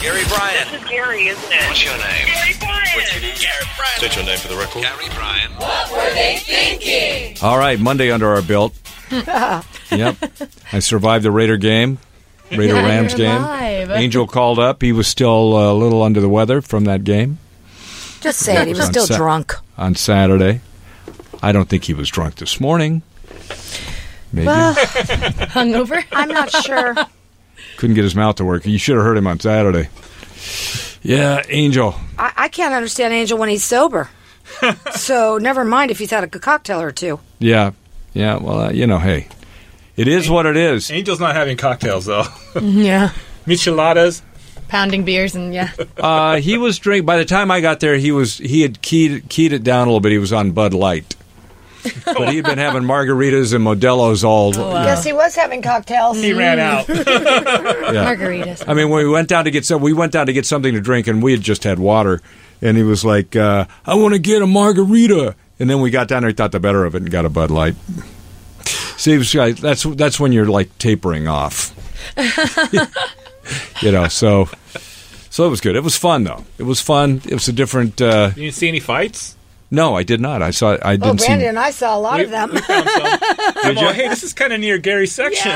Gary Bryan. This is Gary, isn't it? What's your name? Gary What's your Bryan. name? Gary Bryan. State your name for the record. Gary Bryan. All right, Monday under our belt. yep. I survived the Raider game, Raider Yeah, Rams you're game. alive. Angel called up. He was still uh, a little under the weather from that game Just say it. He was on still set. drunk. on Saturday. I don't think he was drunk this morning. Maybe. Hungover? I'm not sure. Couldn't get his mouth to work. You should have heard him on Saturday. Yeah, Angel. I, I can't understand Angel when he's sober. so never mind if he's had a c- cocktail or two. Yeah. Yeah, well, uh, you know, hey. It is what it is. Angel's not having cocktails though. yeah. Micheladas. Pounding beers and yeah. Uh, he was drink. By the time I got there, he was he had keyed keyed it down a little bit. He was on Bud Light, but he'd been having margaritas and Modelo's all. Yes, he was having cocktails. He ran out. Margaritas. I mean, when we went down to get some, we went down to get something to drink, and we had just had water, and he was like, uh, "I want to get a margarita," and then we got down there, he thought the better of it, and got a Bud Light. See, it was like- that's that's when you're like tapering off, you know. So, so it was good. It was fun though. It was fun. It was a different. Uh, You didn't see any fights? No, I did not. I saw. I Oh, didn't Brandy see. and I saw a lot of them. found some. I'm all, hey, this is kind of near Gary's section.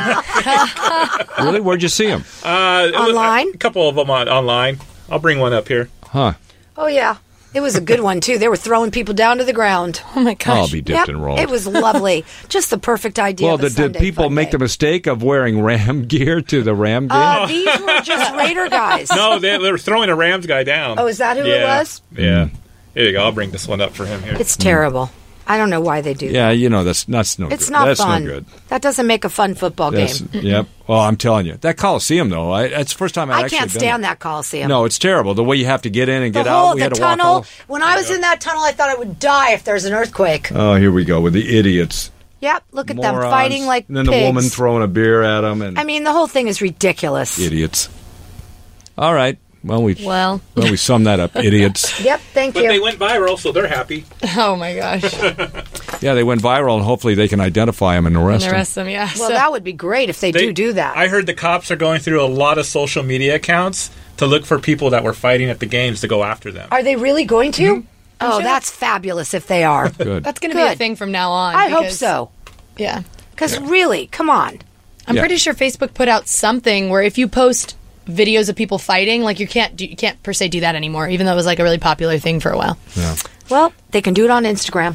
Really? Where'd you see him? Uh, it was- Online? a couple of them on, online. I'll bring one up here. Huh? Oh yeah, it was a good one too. They were throwing people down to the ground. Oh my gosh. I'll be dipped Yep, and rolled. It was lovely. Just the perfect idea. well, of a the, did Sunday people fun make day. the mistake of wearing Ram gear to the Ram game? Uh, these were just Raider guys. No, they, they were throwing a Rams guy down. Oh, is that who it Yeah. was? Yeah. There you go. I'll bring this one up for him here. It's terrible. I don't know why they do. that. Mm. yeah, you know that's that's no. It's good. not that's fun. no good. That doesn't make a fun football That's, game. yep. Well, I'm telling you, that Coliseum though, I, that's the first time I've I actually can't been stand there. that Coliseum. No, it's terrible. The way you have to get in and The get whole out. We the had to tunnel. walk. when I was in that tunnel, I thought I would die if there's an earthquake. All... Oh, here we go with the idiots. Yep. Look at them morons, fighting like and then pigs. the woman throwing a beer at them and I mean, the whole thing is ridiculous. idiots. All right. Well, we Well, well we sum that up. Idiots. Yep, thank but you. they went viral, so they're happy. oh my gosh. Yeah, they went viral, and hopefully they can identify them and arrest And the them. rest of them, yeah. so, Well, that would be great if they, They do do that. I heard the cops are going through a lot of social media accounts to look for people that were fighting at the games to go after them. Are they really going to? Mm-hmm. oh, that's fabulous if they are. Good. that's going to be a Good. thing from now on. I hope because- so. Yeah. Because really, come on. I'm Yeah. pretty sure Facebook put out something where if you post videos of people fighting, like you can't do, you can't per se do that anymore, even though it was like a really popular thing for a while. Well, they can do it on Instagram.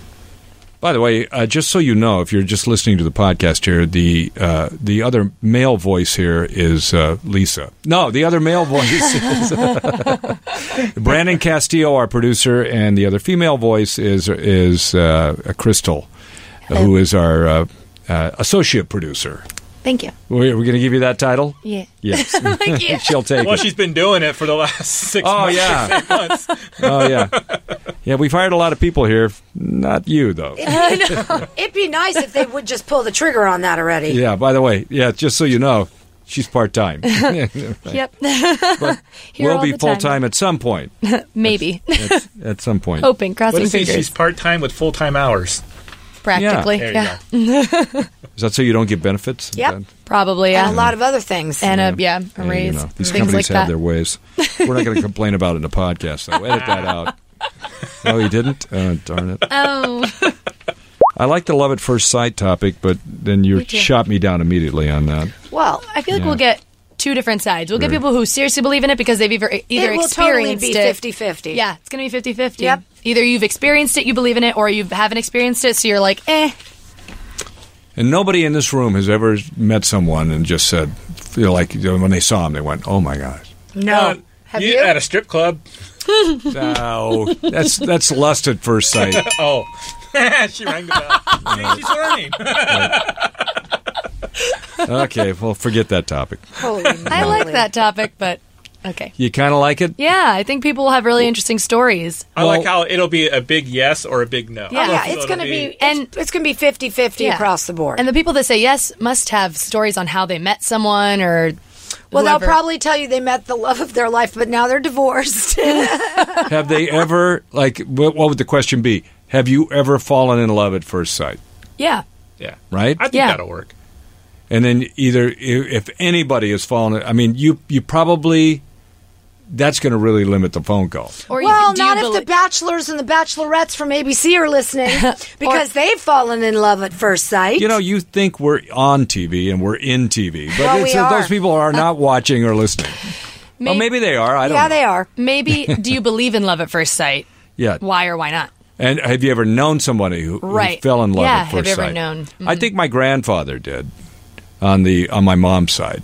By the way, uh, just so you know, if you're just listening to the podcast here, the uh, the other male voice here is uh, Lisa. No, the other male voice is uh, Brandon Castillo, our producer, and the other female voice is is uh, Crystal, Oh. who is our uh, uh, associate producer. Thank you. We're, we're going to give you that title. Yeah. Yes, Thank you. she'll take Well, it. she's been doing it for the last six Oh months. yeah, months. oh yeah, yeah. We've hired a lot of people here. Not you though. It'd be nice if they would just pull the trigger on that already. Yeah, by the way, yeah, just so you know, she's part time. Yep. we'll all be the full time. time at some point. Maybe. At, at some point. Hoping, What crossing is he? fingers. She's part time with full time hours. Practically. There Yeah. you go. Is that so you don't get benefits? Yep. Then- Probably, yeah. And a lot of other things. and a, Uh, yeah, a Yeah, you raise. know, these things companies like have that. their ways. We're not going to complain about it in the podcast, though. Edit that out. No, he didn't. Oh, darn it. oh. I like the love at first sight topic, but then you Me too. shot me down immediately on that. well, I feel like Yeah. we'll get two different sides. We'll get Very- people who seriously believe in it because they've either, either it will totally experienced be it. 50 50. Yeah, it's going to be 50 50. Yep. Either you've experienced it, you believe in it, or you haven't experienced it, so you're like, eh. And nobody in this room has ever met someone and just said, feel like you know, when they saw him, they went, oh my gosh. No. Uh, Have you, you? at a strip club? Oh, that's, that's lust at first sight. Oh, she rang the bell. See, she's learning. Okay, well, forget that topic. Holy I like moly. that topic, but okay. You kind of like it? Yeah, I think people will have really interesting stories. I like how it'll be a big yes or a big no. Yeah, Yeah, So it's it'll going to be and- it's, it's going to be 50-50 Yeah. across the board. And the people that say yes must have stories on how they met someone or. well, they'll whoever. probably tell you they met the love of their life, but now they're divorced. Have they ever like what, what would the question be? Have you ever fallen in love at first sight? Yeah. Yeah, Right? I think Yeah. that'll work. And then either i- if anybody has fallen, I mean, you you probably that's going to really limit the phone call. Or well, you, do not you if belie- the bachelors and the bachelorettes from ABC are listening because they've fallen in love at first sight. You know, you think we're on TV and we're in TV, but Well, it's, we those are. people are not watching or listening. Well, maybe they are. I don't. yeah, know. they are. Maybe do you believe in love at first sight? Yeah. Why or why not? And have you ever known somebody who, who Right. fell in love Yeah, at have first you ever sight? known? Mm-hmm. I think my grandfather did on the on my mom's side,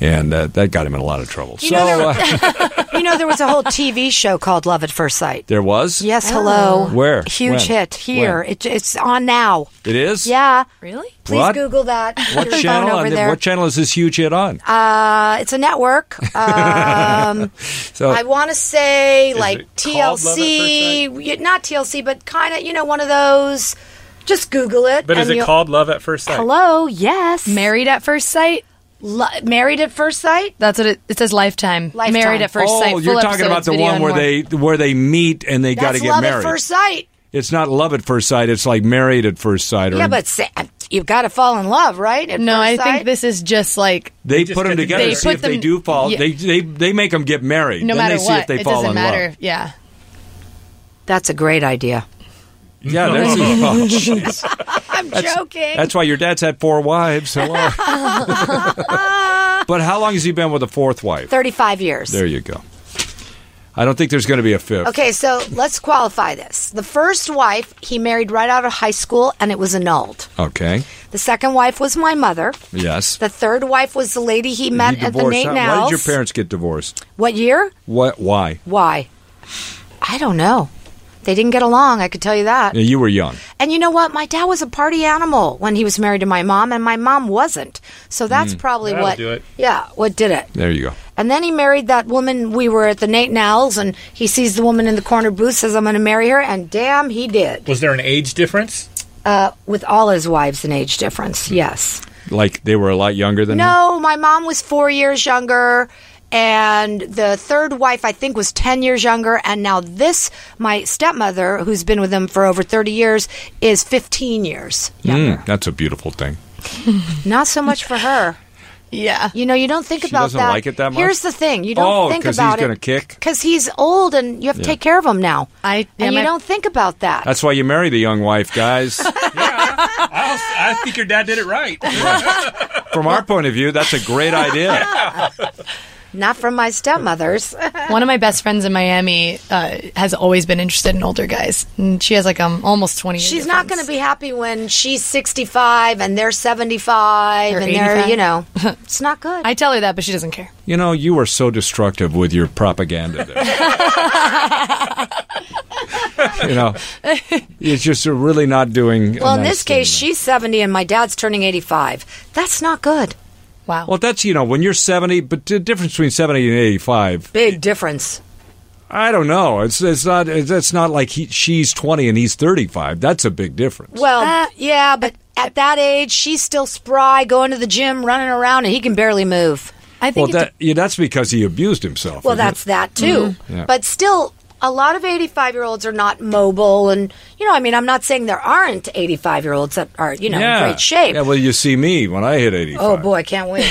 and uh, that got him in a lot of trouble. so know, there- uh, You know, there was a whole TV show called Love at First Sight. there was. Yes, hello. Where? Huge When? hit here. When? It, it's on now. It is. Yeah. Really? Please What? Google that. What Your channel? phone over on the- there. What channel is this huge hit on? uh, it's a network. Um, so I want to say Uh, it like called Love at First TLC, y- not TLC, but kind of you know one of those. Just Google it. But is and it you'll- called Love at First Sight? Hello, yes. Married at first sight? Lo- married at first sight? That's what it, it says. Lifetime. Lifetime. Married at first oh, sight. you're full talking about episodes, the video one and where more. they where they meet and they got to That's get love married. at first sight. It's not love at first sight. It's like married at first sight. Or Yeah, but sa- you've got to fall in love, right? at No, first I sight? think this is just like they just put them get together together. to They see put if they them- do fall. yeah. They they they make them get married. no then matter they see what, if they it fall doesn't in matter. love. Yeah. that's a great idea. Yeah, there's oh, jeez. I'm joking. That's why your dad's had four wives. Hello. but how long has he been with a fourth wife? Thirty-five years. There you go. I don't think there's going to be a fifth. Okay, so let's qualify this. The first wife he married right out of high school, and it was annulled. Okay. The second wife was my mother. Yes. The third wife was the lady he met You at the divorced. Nate How- Now's. Why did your parents get divorced? What year? What? Why? Why? I don't know. They didn't get along, I could tell you that. Yeah, You were young. And you know what? My dad was a party animal when he was married to my mom, and my mom wasn't. So that's probably Hmm. That'll what. do it. Yeah, what did it. There you go. And then he married that woman. We were at the Nate Nowell's, and he sees the woman in the corner booth, says, I'm going to marry her, and damn, he did. Was there an age difference? Uh, with all his wives and age difference, yes. Like they were a lot younger than him? No, my mom was four years younger, and the third wife I think was ten years younger, and now this my stepmother, who's been with him for over thirty years, is fifteen years. Mm, that's a beautiful thing. Not so much for her. Yeah. You know, you don't think Hmm. She about doesn't that. like it that much? Here's the thing: you don't Oh, think 'cause he's about it gonna kick? because he's old, and you have to take care of him now. I- yeah, and my- you don't think about that. That's why you marry the young wife, guys. I, I think your dad did it right. From our point of view, that's a great idea. Not from my stepmother's. One of my best friends in Miami uh, has always been interested in older guys, and she has like um almost twenty. year She's not going to difference. be happy when she's 65 and they're 75 Or and they're, 85. you know, it's not good. I tell her that, but she doesn't care. You know, you are so destructive with your propaganda there. you know, it's just you're really not doing. a Well, in nice this case, thing. she's 70 and my dad's turning 85. That's not good. Wow. Well, that's, you know, when you're 70, but the difference between 70 and 85, Big difference. I don't know. It's it's not it's, it's not like he, she's 20 and he's 35. That's a big difference. Well, yeah, but at that age, she's still spry, going to the gym, running around, and he can barely move. I Well, think it that yeah, that's because he abused himself. Well, isn't it? that's that too. Mm-hmm. Yeah. But still, a lot of 85 year olds are not mobile. And, you know, I mean, I'm not saying there aren't 85 year olds that are, you know, yeah. in great shape. Yeah, well, you see me when I hit 85. oh, boy, I can't wait.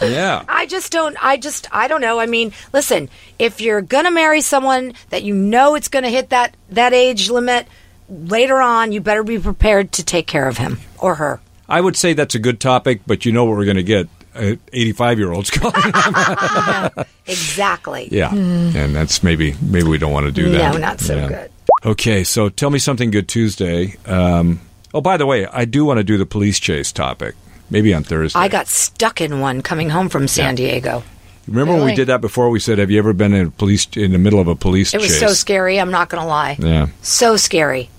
Oh. Yeah. I just don't. I just. I don't know. I mean, listen. If you're gonna marry someone that you know it's gonna hit that that age limit later on, you better be prepared to take care of him or her. I would say that's a good topic, but you know what we're going to get. 85 year olds calling. Exactly. yeah. And that's maybe, maybe we don't want to do that. Hmm. No, not so Yeah. good. Okay. So tell me something good Tuesday. Um, oh, by the way, I do want to do the police chase topic. Maybe on Thursday. I got stuck in one coming home from San Diego. Remember when we Really? did that before? We said, "Have you ever been in a police in the middle of a police It was chase?" so scary. I'm not gonna lie. Yeah. So scary.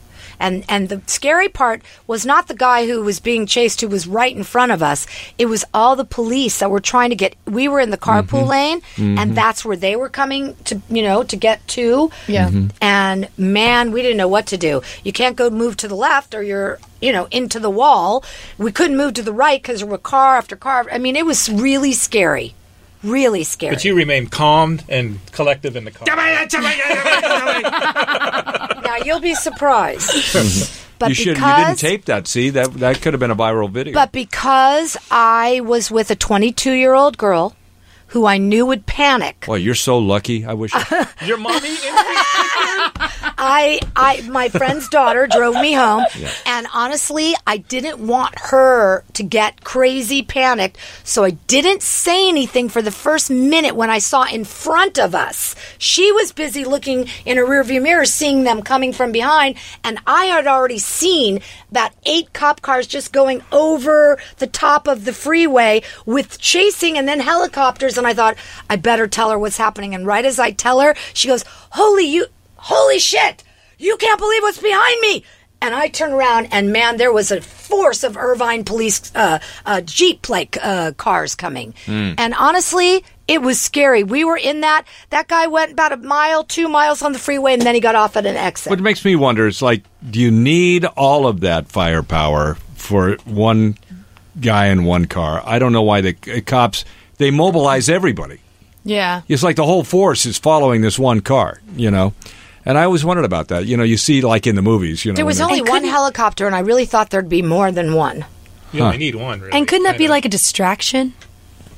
And and the scary part was not the guy who was being chased who was right in front of us. It was all the police that were trying to get we were in the carpool Mm-hmm. lane and that's where they were coming to you know, to get to. Yeah. Mhm. And man, we didn't know what to do. You can't go move to the left or you're you know, into the wall. We couldn't move to the right because there were car after car. I mean, it was really scary. Really scary. But you remained calm and collective in the car. now yeah, you'll be surprised. But you should. You because didn't tape that. See that that could have been a viral video. But because I was with a 22 year old girl who I knew would panic, Boy, you're so lucky. I wish. Your mommy in I, I, my friend's daughter drove me home, and honestly, I didn't want her to get crazy panicked, so I didn't say anything for the first minute when I saw in front of us. She was busy looking in her rearview mirror, seeing them coming from behind, and I had already seen about eight cop cars just going over the top of the freeway with chasing and then helicopters, and I thought I better tell her what's happening. And right as I tell her, she goes, "Holy you!" holy shit, you can't believe what's behind me. And I turn around, and man, there was a force of Irvine police uh, uh, jeep like uh, cars coming. Hmm. And honestly, it was scary. We were in that. That guy went about a mile, two miles on the freeway, and then he got off at an exit. What makes me wonder is like, do you need all of that firepower for one guy in one car? I don't know why the c- cops they mobilize everybody. Yeah. It's like the whole force is following this one car, you know. And I always wondered about that. You know, you see like in the movies, you know. there when was they're- only one helicopter, and I really thought there'd be more than one. You only need one, really. And couldn't I that be know. like a distraction?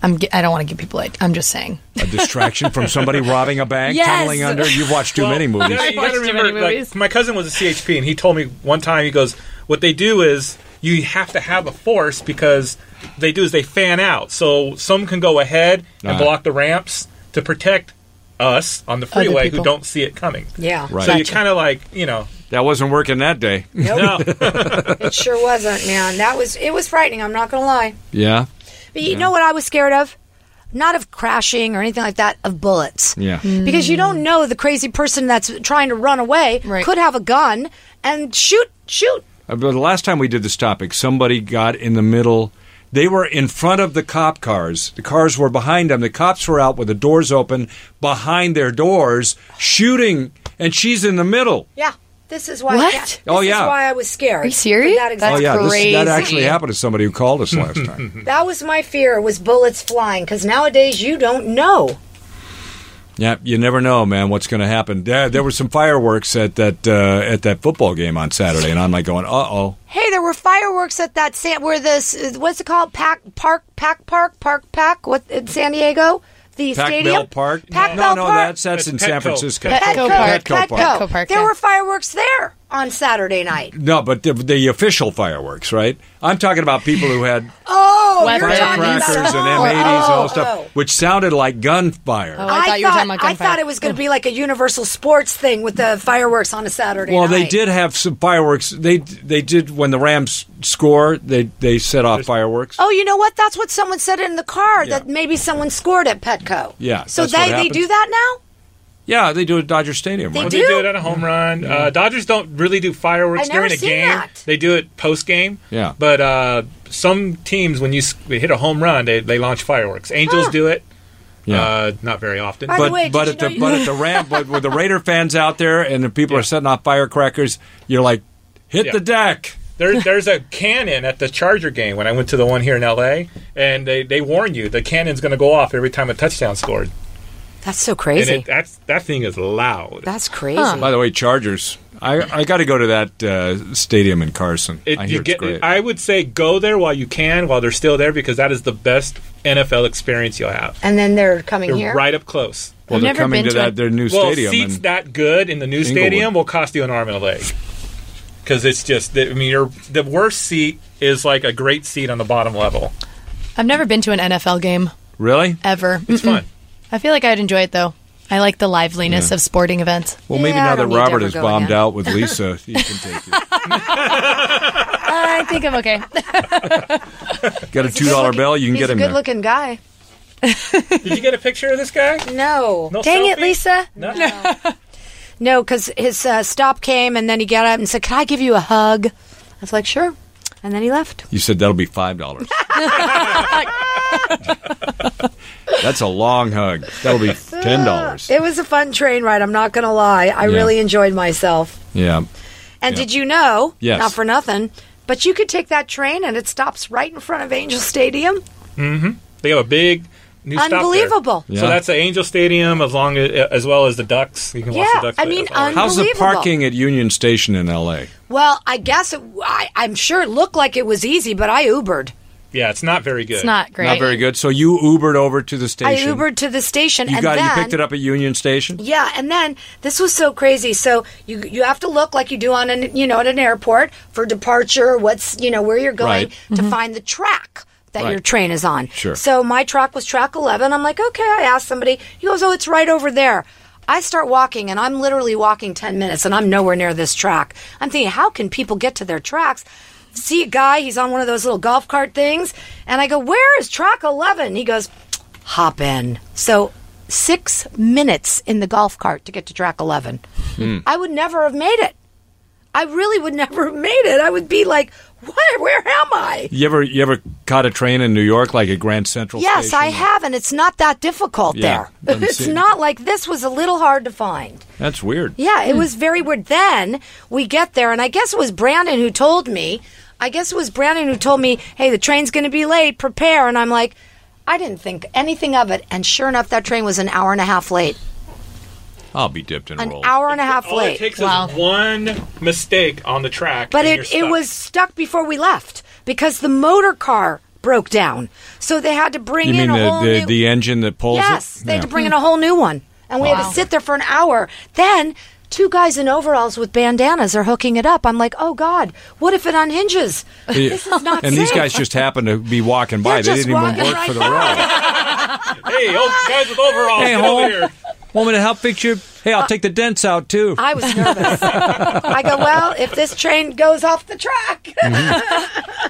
I'm. Ge- I don't want to give people. Like, I'm just saying. a distraction from somebody robbing a bank, Yes. tunneling under. You've watched too Well, many movies. You watched gotta too many remember, like, movies. my cousin was a CHP, and he told me one time, he goes, "What they do is you have to have a force because they do is they fan out, so some can go ahead and Ah. block the ramps to protect us on the Other freeway who people. don't see it coming. Yeah, Right. So you Gotcha. kind of like, you know, That wasn't working that day. no. it sure wasn't, man. That was it was frightening. I'm not gonna lie. Yeah. But you know what I was scared of? Not of crashing or anything like that, of bullets. Yeah. Because you don't know the crazy person that's trying to run away Right. could have a gun and shoot, shoot. Uh, but The last time we did this topic, somebody got in the middle. They were in front of the cop cars. The cars were behind them. The cops were out with the doors open behind their doors, shooting, and she's in the middle. Yeah. This is why. What? I, this Oh, Is yeah. why I was scared. Are you serious? For That, exact- oh yeah, This, that crazy. actually happened to somebody who called us last time. that was my fear was bullets flying because nowadays you don't know. yeah, you never know, man, what's going to happen. There, there were some fireworks at that uh, at that football game on Saturday, and I'm like going, uh oh. Hey, there were fireworks at that San where this what's it called? Pack Park Pack Park Park Pack what in San Diego? The Pac stadium? Bell Park. Pac no, Bell no, Park. that's that's in It's San Petco. Francisco. Petco Park. Petco Park. Petco Park, There yeah. were fireworks there on Saturday night. No, but the, the official fireworks, right? I'm talking about people who had Oh, Weapons. you're talking firecrackers and about oh, M80s, and all oh, stuff, oh. which sounded like gunfire. Oh, I, thought you were talking about I gunfire. thought it was going to be like a Universal Sports thing with the fireworks on a Saturday well, they night. did have some fireworks. They they did when the Rams score. They they set off fireworks. Oh, you know what? That's what someone said in the car Yeah. that maybe someone scored at Petco. Yeah, So that's they what they happens. do that now? Yeah, they do at Dodger Stadium. They right? Well, do? They do it on a home run. Uh, Dodgers don't really do fireworks I've never during a seen game. that. They do it post game. Yeah. But uh, some teams, when you s- they hit a home run, they, they launch fireworks. Angels do it. Yeah. Uh, not very often. By the but but way, did but you at the know you- but at the Ram but with the Raider fans out there and the people are setting off firecrackers, you're like, hit Yeah. the deck. there, there's a cannon at the Charger game when I went to the one here in L.A. and they, they warn you the cannon's going to go off every time a touchdown's scored. That's so And crazy. it, that's that thing is loud. that's crazy. By the way, Chargers. I I got to go to that uh, stadium in Carson. It, I hear you it's get, great. I would say go there while you can, while they're still there, because that is the best NFL experience you'll have. And then they're coming You're here. right up close. well, I've they're never coming to been to that it. their new Well, stadium. seats and- that good in the new Inglewood. stadium will cost you an arm and a leg. Because it's just, I mean, you're, the worst seat is like a great seat on the bottom level. I've never been to an NFL game really? ever. It's fun. I feel like I'd enjoy it though. I like the liveliness of sporting events. Well, maybe Yeah, now I that don't need to Robert ever is go bombed again. out with Lisa, you can take it. Uh, I think I'm okay. Got a two dollar bill, you can He's get him a there. good looking guy. Did you get a picture of this guy? No. No Dang it, selfie? Lisa. No. No, because his uh, stop came and then he got up and said, Can I give you a hug? I was like, Sure. And then he left. You said that'll be five dollars. That's a long hug. That'll be ten dollars. It was a fun train ride. I'm not going to lie. I Yeah. really enjoyed myself. Yeah. And Yeah. did you know? Yes. Not for nothing, but you could take that train and it stops right in front of Angel Stadium. They have a big new stop there. Unbelievable. Yeah. So that's the Angel Stadium, as long as, as well as the Ducks. You can watch Yeah, the Ducks. I play mean, as well. un- How's the Unbelievable. parking at Union Station in L.A.? Well, I guess it, I, I'm sure it looked like it was easy, but I Ubered. yeah, it's not very good. It's not great. Not very good. So you Ubered over to the I station. Ubered to the station, You and got then you picked it up at Union Station. Yeah, and then this was so crazy. So you you have to look like you do on an you know at an airport for departure. What's you know where you're going Right. Mm-hmm. to find the track that Right. your train is on. Sure. So my track was track eleven. I'm like, okay. I asked somebody. He goes, oh, it's right over there. I start walking, and I'm literally walking ten minutes, and I'm nowhere near this track. I'm thinking, how can people get to their tracks? See a guy, he's on one of those little golf cart things, and I go, where is track eleven? He goes hop in. So six minutes in the golf cart to get to track 11. I would never have made it. I really would never have made it. I would be like, what? Where am I? You ever you ever caught a train in New York like at Grand Central? Yes, Station? I have, and it's not that difficult Yeah, there. I'm It's seeing- not like this was a little hard to find. That's weird. Yeah, it was very weird. Then we get there, and I guess it was Brandon who told me. I guess it was Brandon who told me, "Hey, the train's going to be late. Prepare." And I'm like, I didn't think anything of it. And sure enough, that train was an hour and a half late. I'll be dipped and An rolled. hour and a half All late. it takes Wow. is one mistake on the track, But and it, you're it stuck. was stuck before we left because the motor car broke down. So they had to bring You in mean a whole the, the, new the engine that pulls Yes, it? they had Yeah. to bring in a whole new one. And we had Wow. to sit there for an hour. Then two guys in overalls with bandanas are hooking it up. I'm like, "Oh god, what if it unhinges?" Yeah. This is not and these safe. guys just happened to be walking by. They're They just didn't even walking work right for the road. Hey, oh, guys with overalls, hey, get over home. here. Want me to help fix you? Hey, I'll take the dents out too. I was nervous. I go, "Well, if this train goes off the track." Mm.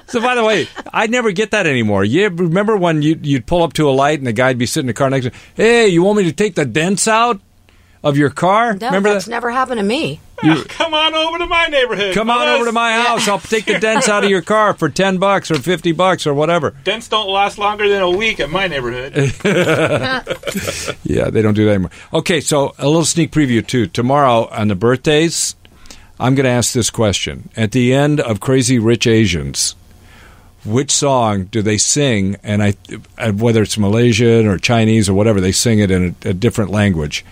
So, by the way, I never get that anymore. You ever- remember when you, you'd pull up to a light and the guy'd be sitting in the car next to you, hey, you want me to take the dents out of your car? no, remember that's that? never happened to me. Come on over to my neighborhood. Come on fellas. over to my house. I'll take the dents out of your car for 10 bucks or 50 bucks or whatever. Dents don't last longer than a week at my neighborhood. Yeah, they don't do that anymore. Okay, so a little sneak preview too. Tomorrow on the birthdays, I'm going to ask this question. At the end of Crazy Rich Asians, which song do they sing? And I, uh, whether it's Malaysian or Chinese or whatever, they sing it in a, a different language.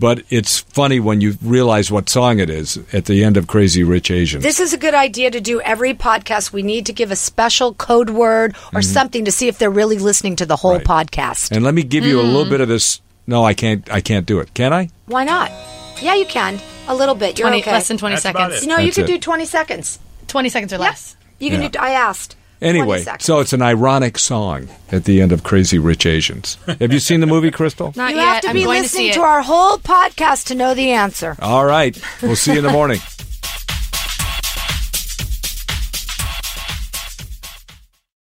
But it's funny when you realize what song it is at the end of Crazy Rich Asians. This is a good idea to do every podcast. We need to give a special code word or something to see if they're really listening to the whole Mm-hmm. Right. podcast. and let me give you a little bit of this. No, I can't. I can't do it. Can I? Why not? Yeah, you can. A little bit. You're 20, okay. Less than 20 That's about seconds. it. no, you That's could it. do 20 seconds. 20 seconds or less. You can Yeah. do I asked. 20 Anyway, seconds. so it's an ironic song at the end of Crazy Rich Asians. Have you seen the movie, Crystal? Not you yet. have to I'm be going listening to, to, see it. our whole podcast to know the answer. All right. We'll see you in the morning.